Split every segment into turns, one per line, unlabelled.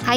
Hi,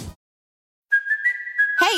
Hey,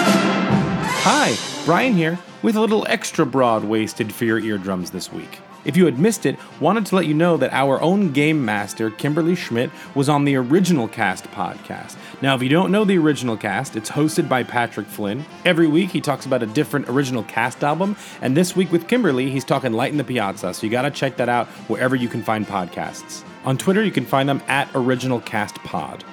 Hi, Brian here with a little extra broad waisted for your eardrums this week. If you had missed it, wanted to let you know that our own game master, Kimberly Schmidt, was on the Original Cast podcast. Now, if you don't know the Original Cast, it's hosted by Patrick Flynn. Every week he talks about a different Original Cast album, and this week with Kimberly, he's talking Light in the Piazza, so you gotta check that out wherever you can find podcasts. On Twitter, you can find them at Original Cast Pod.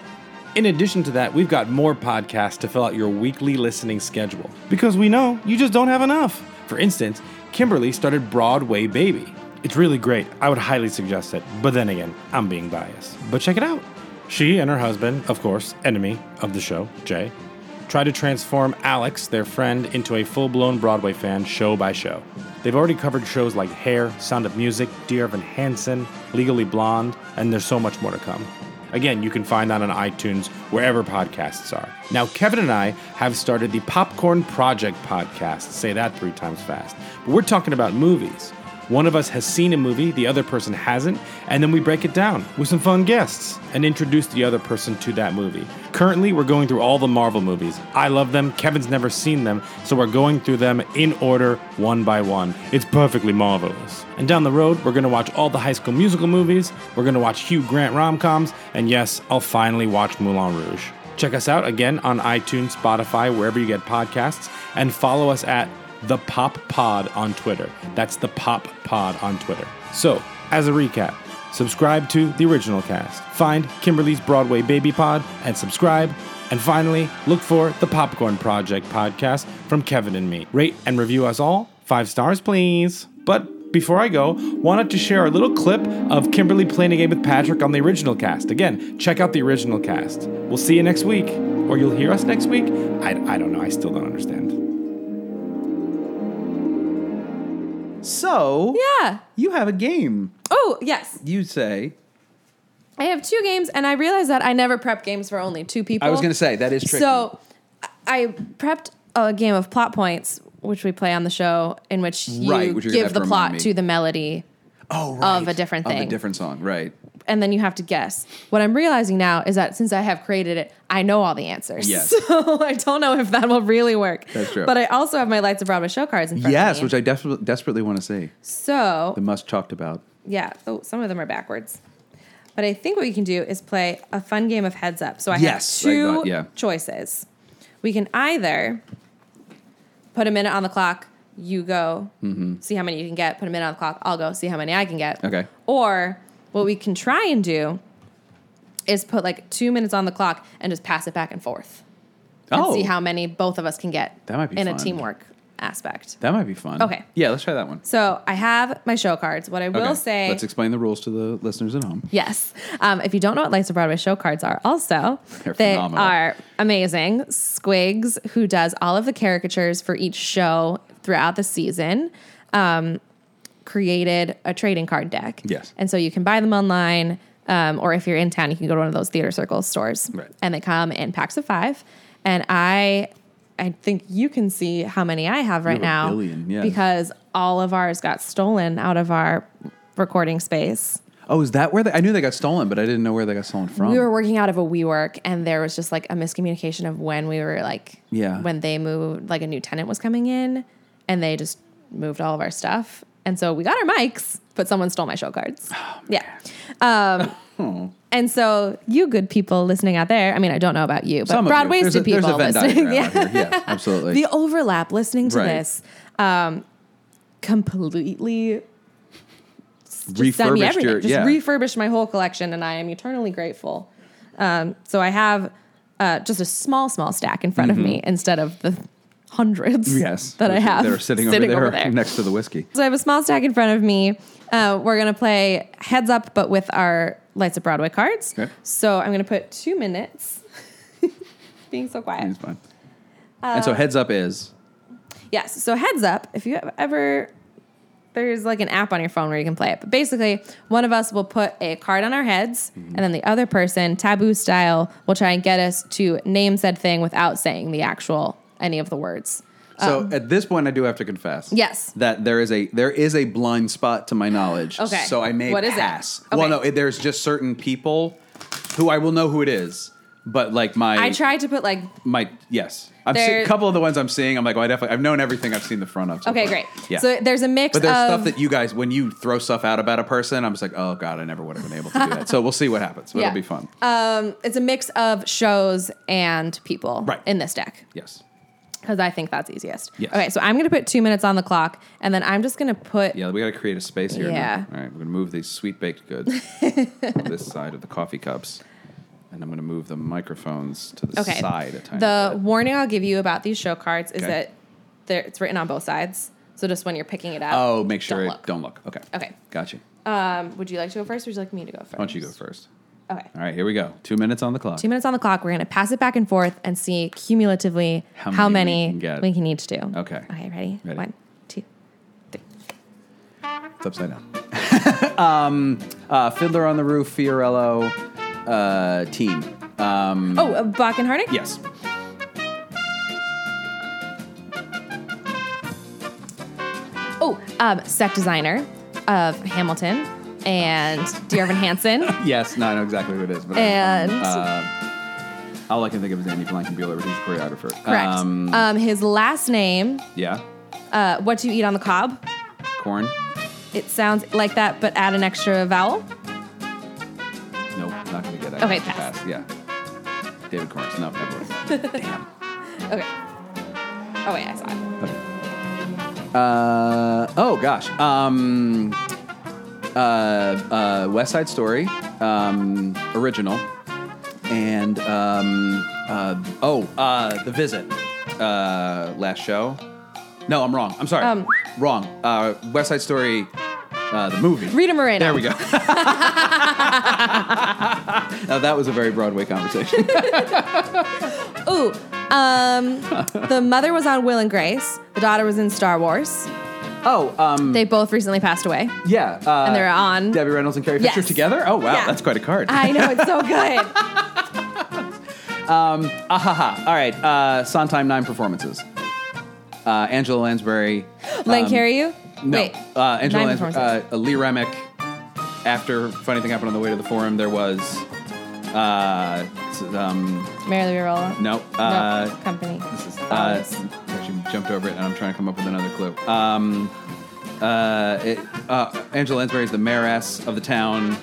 In addition to that, we've got more podcasts to fill out your weekly listening schedule because we know you just don't have enough. For instance, Kimberly started Broadway Baby. It's really great. I would highly suggest it. But then again, I'm being biased. But check it out. She and her husband, of course, enemy of the show, Jay, try to transform Alex, their friend, into a full blown Broadway fan show by show. They've already covered shows like Hair, Sound of Music, Dear Evan Hansen, Legally Blonde, and there's so much more to come. Again, you can find that on iTunes, wherever podcasts are. Now, Kevin and I have started the Popcorn Project podcast. Say that three times fast. But we're talking about movies. One of us has seen a movie, the other person hasn't, and then we break it down with some fun guests and introduce the other person to that movie. Currently, we're going through all the Marvel movies. I love them, Kevin's never seen them, so we're going through them in order, one by one. It's perfectly marvelous. And down the road, we're gonna watch all the High School Musical movies, we're gonna watch Hugh Grant rom coms, and yes, I'll finally watch Moulin Rouge. Check us out again on iTunes, Spotify, wherever you get podcasts, and follow us at the Pop Pod on Twitter. That's the Pop Pod on Twitter. So, as a recap, subscribe to the original cast, find Kimberly's Broadway Baby Pod, and subscribe. And finally, look for the Popcorn Project podcast from Kevin and me. Rate and review us all. Five stars, please. But before I go, wanted to share a little clip of Kimberly playing a game with Patrick on the original cast. Again, check out the original cast. We'll see you next week, or you'll hear us next week. I, I don't know. I still don't understand.
So
Yeah.
you have a game.
Oh, yes.
You say
I have two games, and I realized that I never prep games for only two people.
I was going to say that is tricky.
So I prepped a game of plot points, which we play on the show, in which you
Right, which you're gonna
give
have
the
to
plot
remind me.
to the melody,
oh, right.
of a different
Of a
thing.
different song, right?
and then you have to guess. What I'm realizing now is that since I have created it, I know all the answers.
Yes.
So I don't know if that will really work.
That's true.
But I also have my Lights of Broadway show cards in front
Yes,
of me.
which I desper- desperately want to see.
So
The must talked about.
yeah. Oh, some of them are backwards. But I think what we can do is play a fun game of heads up. So I
Yes,
have
I
two
thought- yeah.
choices. We can either put a minute on the clock, you go, see how many you can get, put a minute on the clock, I'll go, see how many I can get.
Okay.
Or what we can try and do is put like two minutes on the clock and just pass it back and forth. And
oh,
see how many both of us can get
That might be
in a
fun.
teamwork aspect.
That might be fun.
Okay.
Yeah, let's try that one.
So I have my show cards. What I will
Okay,
say.
Let's explain the rules to the listeners at home.
Yes. Um, if you don't know what Lights of Broadway show cards are, also,
They're
they
phenomenal.
are amazing. Squigs, who does all of the caricatures for each show throughout the season, um, created a trading card deck.
Yes.
And so you can buy them online, um, or if you're in town, you can go to one of those theater circle stores.
Right.
And they come in packs of five. And I. I think you can see how many I have right
have a
now
billion, yeah.
because all of ours got stolen out of our recording space.
Oh, is that where they? I knew they got stolen, but I didn't know where they got stolen from.
We were working out of a WeWork, and there was just like a miscommunication of when we were like,
Yeah.
when they moved, like a new tenant was coming in, and they just moved all of our stuff, and so we got our mics, but someone stole my show cards. yeah, um,
Oh.
and so you good people listening out there, I mean, I don't know about you, but
Some of you.
Broadway's
There's a-
the people
there's a Venn
listening,
diagram out here. Yeah, absolutely.
the overlap listening to
Right.
this, um, completely just sent me
refurbished
everything.
your
just
yeah.
refurbished my whole collection, and I am eternally grateful. Um, so I have uh, just a small, small stack in front of me instead of the hundreds
Mm-hmm. yes
that I
which
have
They're sitting, over, there next to the whiskey.
so I have a small stack in front of me. Uh, we're gonna play heads up, but with our Lights of Broadway cards.
Okay.
So I'm gonna put two minutes. Being so quiet.
It's fine.
Uh,
and so heads up is
Yes. So heads up, if you have ever there's like an app on your phone where you can play it. But basically, one of us will put a card on our heads,
Mm-hmm.
and then the other person, taboo style, will try and get us to name said thing without saying the actual any of the words.
So
um,
at this point, I do have to confess.
Yes.
That there is a there is a blind spot to my knowledge.
Okay.
So I may
What is it?
pass.
Okay.
Well, no, it, there's just certain people who I will know who it is, but like my
I tried to put like
my yes. I'm
There-
see, a couple of the ones I'm seeing. I'm like, oh, I definitely I've known everything I've seen the front of. so
okay,
far.
great.
Yeah.
So there's a mix
but there's
of
stuff that you guys when you throw stuff out about a person, I'm just like, oh god, I never would have been able to do that. so we'll see what happens. But
Yeah.
It'll be fun.
um, it's a mix of shows and people
Right.
in this deck.
yes.
Because I think that's easiest.
Yes.
Okay, so I'm gonna put two minutes on the clock, and then I'm just gonna put
Yeah, we got to create a space here. now.
Yeah.
All right, we're gonna move these sweet baked goods to this side of the coffee cups, and I'm gonna move the microphones to the
okay.
side a tiny
the
bit.
warning I'll give you about these show cards is
Okay.
that they're, it's written on both sides. So just when you're picking it up.
Oh, make sure
don't
it
look.
don't look. Okay.
Okay.
Gotcha.
Um, would you like to go first, or would you like me to go first?
Why don't you go first?
Okay.
All right, here we go. Two minutes on the clock.
Two minutes on the clock. We're gonna pass it back and forth and see cumulatively
How
how,
many we
many,
can get.
we can each do.
Okay.
Okay. Ready?
Ready.
One, two.
It's upside down. um, uh, Fiddler on the Roof, Fiorello, uh, team. Um,
Oh, uh, Bach and Harnick.
yes.
Oh, um, set designer of Hamilton and Dear Evan Hansen.
Yes. No, I know exactly who it is. But I-
And-
uh, all I can think of is Andy Blankenbuehler, but he's a choreographer.
Correct. Um, his last name,
yeah.
uh, what do you eat on the cob?
Corn.
It sounds like that, but add an extra vowel.
Nope, not gonna get that.
Okay,
pass.
pass.
Yeah. David Corns. No, never. mind. Damn.
Okay. Oh wait, I saw it.
Okay. Uh oh gosh. Um. Uh, uh, West Side Story, um, original, and um, uh, oh, uh, The Visit, uh, last show. No, I'm wrong. I'm sorry.
Um.
wrong. Uh, West Side Story, uh, the movie.
Rita Moreno.
There we go. now that was a very Broadway conversation.
Ooh, um, the mother was on Will and Grace. The daughter was in Star Wars.
oh, um,
They both recently passed away.
yeah. Uh,
they're on-
Debbie Reynolds and Carrie
Yes.
Fisher together. Oh wow,
Yeah.
that's quite a card.
I know it's so good.
Ahaha. Ah, All right. Uh, Sondheim nine performances. Uh, Angela Lansbury.
Len
um,
carry you?
No.
Wait.
Uh, Angela
nine
Lansbury. Uh,
performances.
Lee Remick. After funny thing happened on the way to the forum, there was. Uh, s- um,
Marilyn Rolla.
no. Uh,
company.
This is. Uh, actually jumped over it, and I'm trying to come up with another clue. Um, uh, it, uh, Angela Lansbury is the mayoress of the town.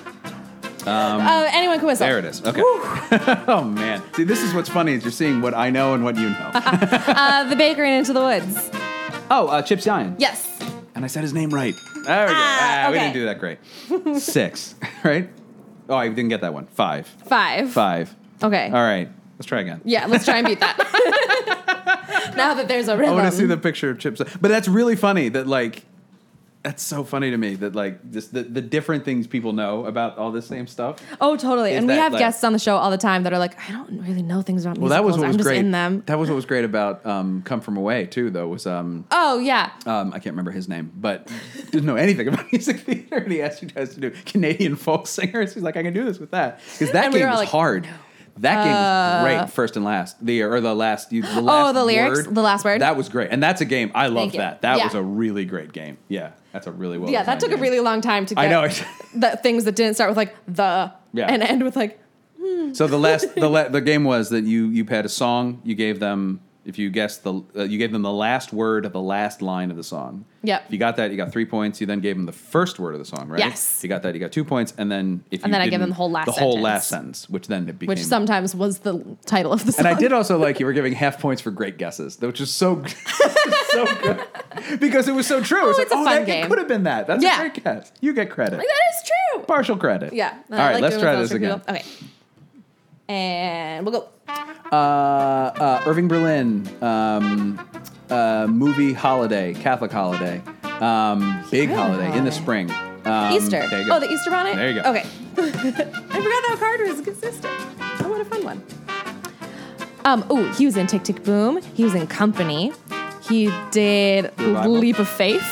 uh, anyone can whistle.
There it is. Okay. oh man. See, this is what's funny is you're seeing what I know and what you know.
Uh, the baker in Into the Woods.
oh, uh, Chip Zion.
Yes.
And I said his name right. There we go. Ah,
Ah,
We
okay.
didn't do that great. Six, right? Oh, I didn't get that one. Five.
Five.
Five.
Okay.
All right. Let's try again.
Yeah, let's try and beat that. now that there's a
I
rhythm.
want to see the picture of Chips. But that's really funny that like that's so funny to me that like just the, the different things people know about all this same stuff.
Oh, totally.
Is
and we
that,
have
like-
guests on the show all the time that are like, I don't really know things about
Well, that was
musicals.
what was
I'm just
great.
in them.
That was what was great about um, Come From Away too, though. Was um,
Oh yeah.
um, I can't remember his name, but didn't know anything about music theater. And he asked you guys to do Canadian folk singers. He's like, I can do this with that because that
And we
game
were
was
all like,
hard. That game was
Uh, Oh,
great, first and last. The or the last, you, the last
the lyrics?
word.
The last word?
That was great, and that's a game I love.
you.
That that
Yeah.
was a really great game. Yeah, that's a really well.
yeah, that
designed
took a
game.
really long time to get
I know.
the things that didn't start with like the
Yeah.
and end with like
So the last the la- the game was that you you had a song you gave them if you guessed the uh, you gave them the last word of the last line of the song.
Yep.
If you got that, you got three points. You then gave them the first word of the song, right?
Yes.
If you got that, you got two points, and then if
And
you
then I gave
didn't-
them the whole last
the whole
sentence.
last sentence, which then it became
which sometimes was the title of the song.
and I did also like you were giving half points for great guesses, which is so so good because it was so true. It was
Oh,
like,
it's a
oh,
fun
that
game.
could have been that. That's
Yeah.
a great guess. You get credit,
Like, that is true.
partial credit.
Yeah.
All
I
right,
like
let's
doing
try
those
this
for
again.
people. Okay. And we'll go.
uh, uh, Irving Berlin, um, uh, movie holiday, Catholic holiday, um, big holiday, in the spring. Um,
Easter.
there you go.
Oh, the Easter bonnet?
There you go.
Okay. I forgot that card was consistent. Oh, what a fun one. Um, ooh, he was in Tick Tick Boom. He was in Company. He did
Revival.
Leap of Faith.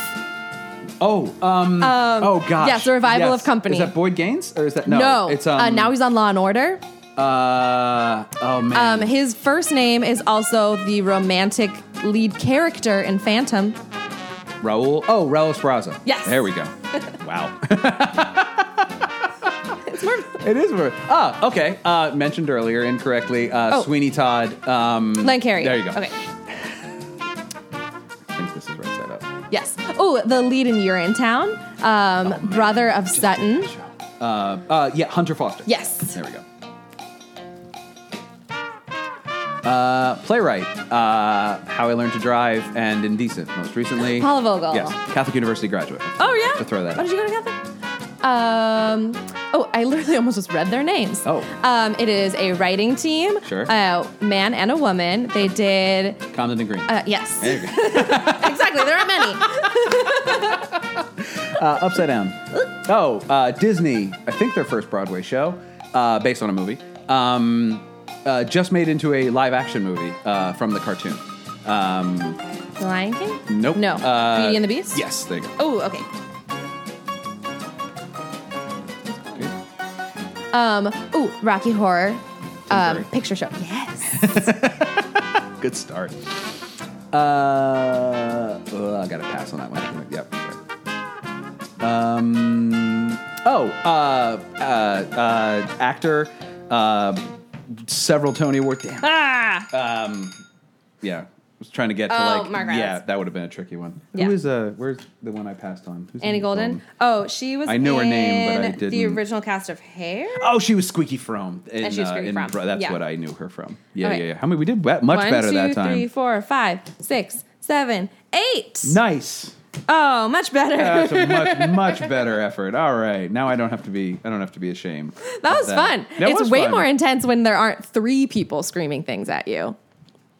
Oh, um, oh gosh.
yes, the revival of Company.
Is that Boyd Gaines or is that no? it's um,
uh, now he's on Law and Order.
Uh, oh
Um,
man.
his first name is also the romantic lead character in Phantom.
Mm-hmm. Raul. Oh, Raul Esparza.
Yes.
There we go. wow.
It's more
it is worth. Ah, okay. Uh, mentioned earlier incorrectly. Uh,
Oh.
Sweeney Todd. Um,
Len Carey.
There you go.
Okay.
I think this is right side up.
Yes. Oh, the lead in Urinetown,
Oh,
um, brother of Sutton.
Uh, uh, yeah, Hunter Foster.
Yes.
There we go. Uh, playwright, uh, How I Learned to Drive, and Indecent, most recently.
Paula Vogel.
Yes, Catholic University graduate.
Oh yeah.
To throw that.
Oh,
out.
did you go to Catholic? Um. Oh, I literally almost just read their names.
Oh.
Um. It is a writing team.
Sure.
A man and a woman. They did.
Condon and Green.
Uh, yes.
There you go.
exactly. There are many.
Uh, upside Down. Oh, uh, Disney. I think their first Broadway show, uh, based on a movie, um, uh, just made into a live-action movie uh, from the cartoon. Um,
The Lion King.
nope.
No.
Uh,
Beauty and the Beast.
Yes. There you go.
Oh, okay. Um. Ooh, Rocky Horror. Um,
Curry.
picture show. Yes.
Good start. Uh, well, I got to pass on that one. Yep. sorry. Um. Oh. Uh. Uh. uh actor. Uh. Several Tony Award. Damn.
ah.
Um. Yeah. I was trying to get to
Oh,
like.
Mark
yeah,
Rylance.
that would have been a tricky one.
Yeah.
Who is uh? Where's the one I passed on? Who's
Annie
in
Golden.
Golden?
Oh, she was.
Um, I knew her name, but I
in The
didn't-
original cast of Hair.
Oh, she was Squeaky From. In, uh,
she was Squeaky
in
From.
Bro- That's
Yeah.
what I knew her from. Yeah,
Okay.
yeah, yeah. How many? We did wa- much
One,
better
two,
that time.
three, four, five, six, seven, eight.
Nice.
Oh, much better.
That's a much much better effort. All right, now I don't have to be I don't have to be ashamed.
that
of
was fun.
That
it's
was
way
fun.
more intense when there aren't three people screaming things at you.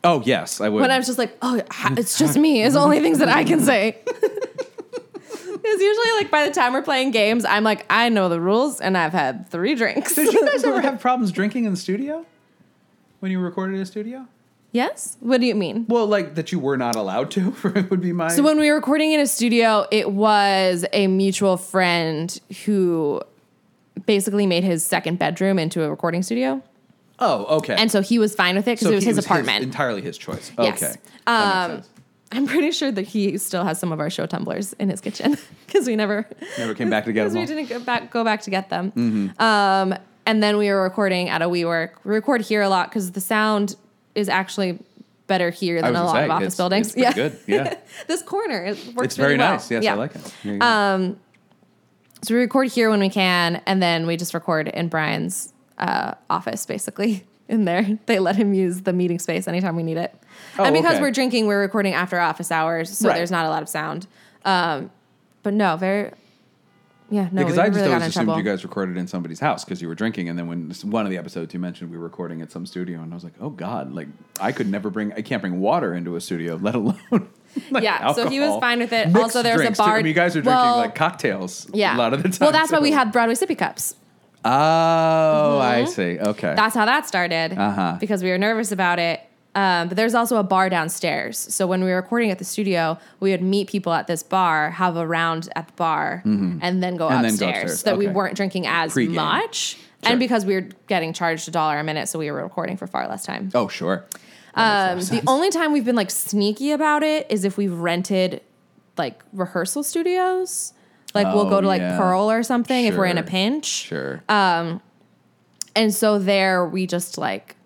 Oh yes, I would.
When I'm just like, oh, ha- it's just me. It's the only things that I can say. Because usually, like by the time we're playing games, I'm like, I know the rules, and I've had three drinks.
Did you guys ever have problems drinking in the studio when you recorded in a studio?
yes. What do you mean?
Well, like that you were not allowed to. would be my.
So when we were recording in a studio, it was a mutual friend who basically made his second bedroom into a recording studio.
oh okay.
And so he was fine with it because
So
it was
he-
his apartment.
entirely his choice.
Yes.
Okay.
Um, I'm pretty sure that he still has some of our show tumblers in his kitchen because we never
Never came back to get
'cause
them
We
all. Mm-hmm.
didn't go back go back to get them. Um, and then we were recording at a WeWork. We record here a lot because the sound is actually better here
I
than
was
a
gonna
lot
say,
of office
it's-
buildings.
it's pretty good, yeah.
this corner it works.
It's very
really well.
nice. Yes, I like it. There you go.
Um, so we record here when we can, and then we just record in Brian's uh, office, basically. In there, they let him use the meeting space anytime we need it.
Oh,
and because
okay.
we're drinking, we're recording after office hours, so
Right.
there's not a lot of sound. Um, but no, very Yeah, no,
because
we
I just
really got
always
in
assumed
trouble.
you guys recorded in somebody's house because you were drinking, and then when s- one of the episodes you mentioned we were recording at some studio, and I was like, oh god, like I could never bring, I can't bring water into a studio, let alone
yeah, so he was
alcohol.
fine with it.
mixed
also, there's a
drinks, too.
bar.
I mean, you guys are drinking
well,
like cocktails.
yeah.
a lot of the time.
Well, that's why
so-
we had Broadway sippy cups.
Oh,
Mhm.
I Oh, see. Okay,
That's how that started
Uh-huh.
because we were nervous about it. Um, but there's also a bar downstairs. So when we were recording at the studio, we would meet people at this bar, have a round at the bar,
Mhm.
and then go
And then
upstairs
go upstairs.
so that we
Okay.
weren't drinking as
Pre-game.
much. And because we were getting charged a dollar a minute, so we were recording for far less time.
Oh, sure.
Um, the only time we've been like sneaky about it is if we've rented like rehearsal studios. Like we'll
Oh,
go to like
yeah.
Pearl or something if we're in a
Sure.
pinch.
Sure.
Um, and so there we just like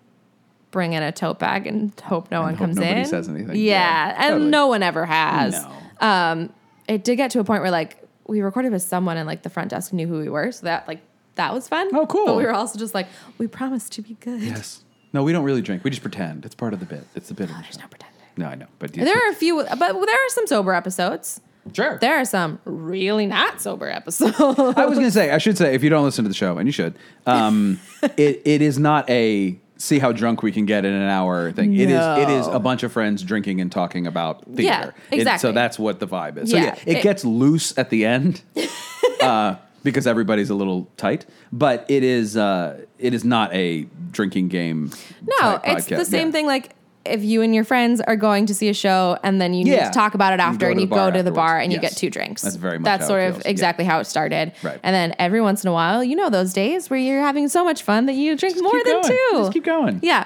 bring in a tote bag and hope no one comes
nobody
in.
says anything.
Yeah, and
totally.
no one ever has.
No.
Um, it did get to a point where like we recorded with someone and like the front desk knew who we were, so that like that was fun. Oh, cool. But we were also just like we promised to be good.
Yes. No, we don't really drink. We just pretend. It's part of the bit. It's the bit. of the there's no
pretending.
No, I know. But
There are a few, but there are some sober episodes.
Sure.
There are some really not sober episodes. I
I was going to say, I should say, if you don't listen to the show, and you should, um, it, it is not a see how drunk we can get in an hour thing. It is it is
No.
a bunch of friends drinking and talking about
Yeah,
theater. It- so
exactly.
that's what the vibe is. So
Yeah,
yeah, it,
it-
gets loose at the end uh, because everybody's a little tight. But it is uh, it is not a drinking game.
No,
type
it's
podcast.
the same
Yeah.
thing. Like if you and your friends are going to see a show and then you need
Yeah.
to talk about it
You go
after, and
to
you
the bar
go to the bar
afterwards.
and you
Yes.
get two drinks.
That's very much
that's
how
sort
it
of
feels. Yeah.
exactly how it started.
Right.
And then every once in a while, you know those days where you're having so much fun that you drink more
keep
than
going.
two.
Just keep going.
Yeah.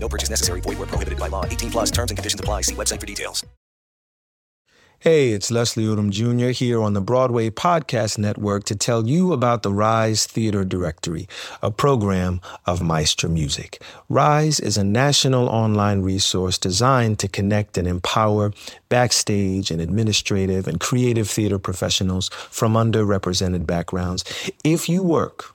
No purchase necessary. Void where prohibited by law. 18 plus terms and conditions apply. See website for details.
Hey, it's Leslie Odom Jr. here on the Broadway Podcast Network to tell you about the Rise Theater Directory, a program of Maestro Music. Rise is a national online resource designed to connect and empower backstage and administrative and creative theater professionals from underrepresented backgrounds. If you work,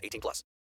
18 plus.